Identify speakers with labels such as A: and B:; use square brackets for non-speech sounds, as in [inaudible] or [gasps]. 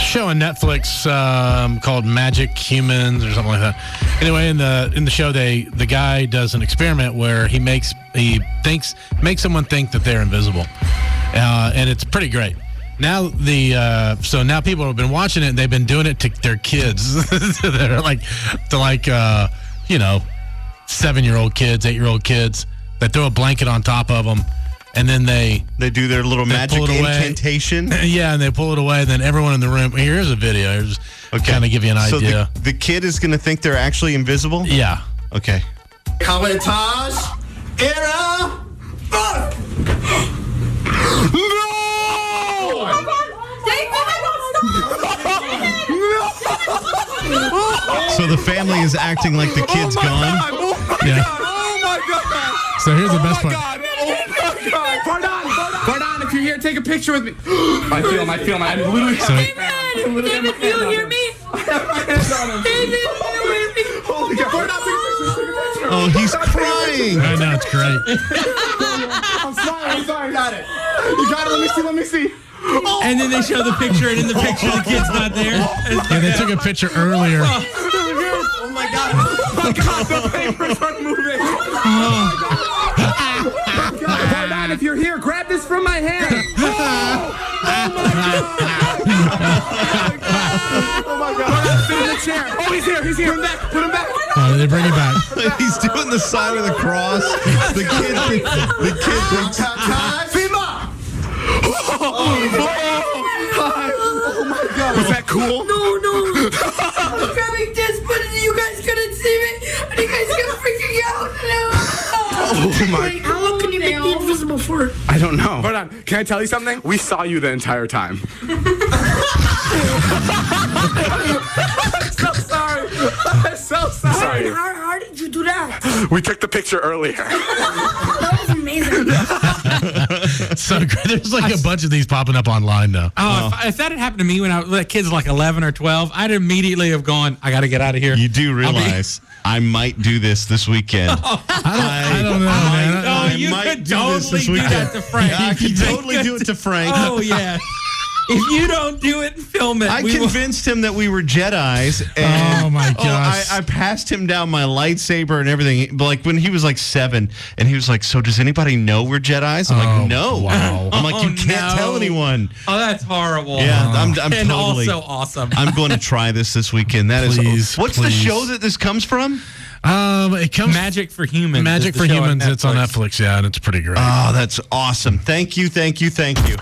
A: show on Netflix um, called Magic Humans or something like that. Anyway, in the in the show, they the guy does an experiment where he makes he thinks makes someone think that they're invisible, uh, and it's pretty great. Now the uh, so now people have been watching it. and They've been doing it to their kids. [laughs] They're like to like uh, you know seven year old kids, eight year old kids. They throw a blanket on top of them, and then they
B: They do their little magic
A: pull it away.
B: [laughs] incantation.
A: yeah, and they pull it away. Then everyone in the room. Here's a video. Here's kind of give you an
B: So
A: idea.
B: the, the kid is going to think they're actually invisible?
A: yeah.
B: Okay.
C: Commentage era. Fuck! No!
B: So the family is acting like the kid's gone.
C: Oh my
A: Yeah.
C: god! Oh my god!
A: So here's the
C: Oh my
A: best part.
C: god! Oh my god!
D: Bardan, Bardan, if you're here, take a picture with me. [gasps] I feel him. I feel him. I literally
A: So
E: David, David, do you hear me? David, do you hear me?
D: [laughs] [laughs] Holy God. Bardan, take a picture. Take a picture.
B: Oh,
A: [laughs]
B: he's crying.
A: right now it's great.
D: [laughs] I'm sorry. I'm sorry. Got it. You got it. Let me see. Let me see.
F: And then they show the picture, and in the picture, the kid's not there.
A: [laughs] Yeah, they took a picture earlier.
F: [laughs]
D: Oh my God. Oh my God. [laughs] The papers are moving. Oh my God. Bardan, if you're here, grab this from my [laughs] hand. Oh my God. Bardan, sit in the chair. Oh, he's here. He's here. Put him back. Put him back.
A: Uh, they bring it back.
B: [laughs] He's doing the sign of the cross. The
C: [laughs]
B: kid, the kid brings
D: Fima! Oh my god. Was that cool?
E: No, no. I'm grabbing this, but you guys couldn't see me, and you guys got freaking out. Oh
D: my-
E: Wait, how long can you make me invisible for?
D: I don't know. Hold on. Can I tell you something? We saw you the entire time. I'm so sorry. I'm so sorry.
E: How, how did you do that?
D: We took the picture earlier.
E: That was amazing.
A: So great. There's like a bunch of these popping up online now.
F: Oh, if, if that had happened to me when I was like kids like 11 or 12, I'd immediately have gone, I got to get out of here.
B: You do realize I might do this this
F: [laughs]
B: weekend.
A: I don't know, man.
F: Oh,
B: I
F: you
B: might
F: could
B: do this
F: totally
B: this
F: do
B: weekend. [laughs]
F: that to Frank.
B: I
F: You
B: can
F: think-
B: totally do it to Frank.
F: [laughs] Oh, yeah. if you don't do it and film it,
B: I
F: we will-
B: convinced him that we were Jedi's. And
A: Oh,
B: [laughs]
A: my gosh.
B: I, I passed him down my lightsaber and everything. Like when he was like seven, and he was like, "So does anybody know we're Jedi's?" I'm
A: Oh,
B: like, "No."
A: wow.
B: I'm like, "You
F: Oh,
B: can't
F: no.
B: tell anyone."
F: Oh, that's horrible.
B: Yeah, I'm, I'm
F: and
B: totally.
F: also awesome.
B: I'm going to try this this weekend. That is.
A: Please,
B: what's the
A: please.
B: show that this comes from?
A: Um, it comes
F: Magic for Humans.
A: Magic
F: is the
A: for
F: show
A: Humans. it's on Netflix. Yeah, and it's pretty great.
B: Oh, that's awesome. Thank you, thank you, thank you.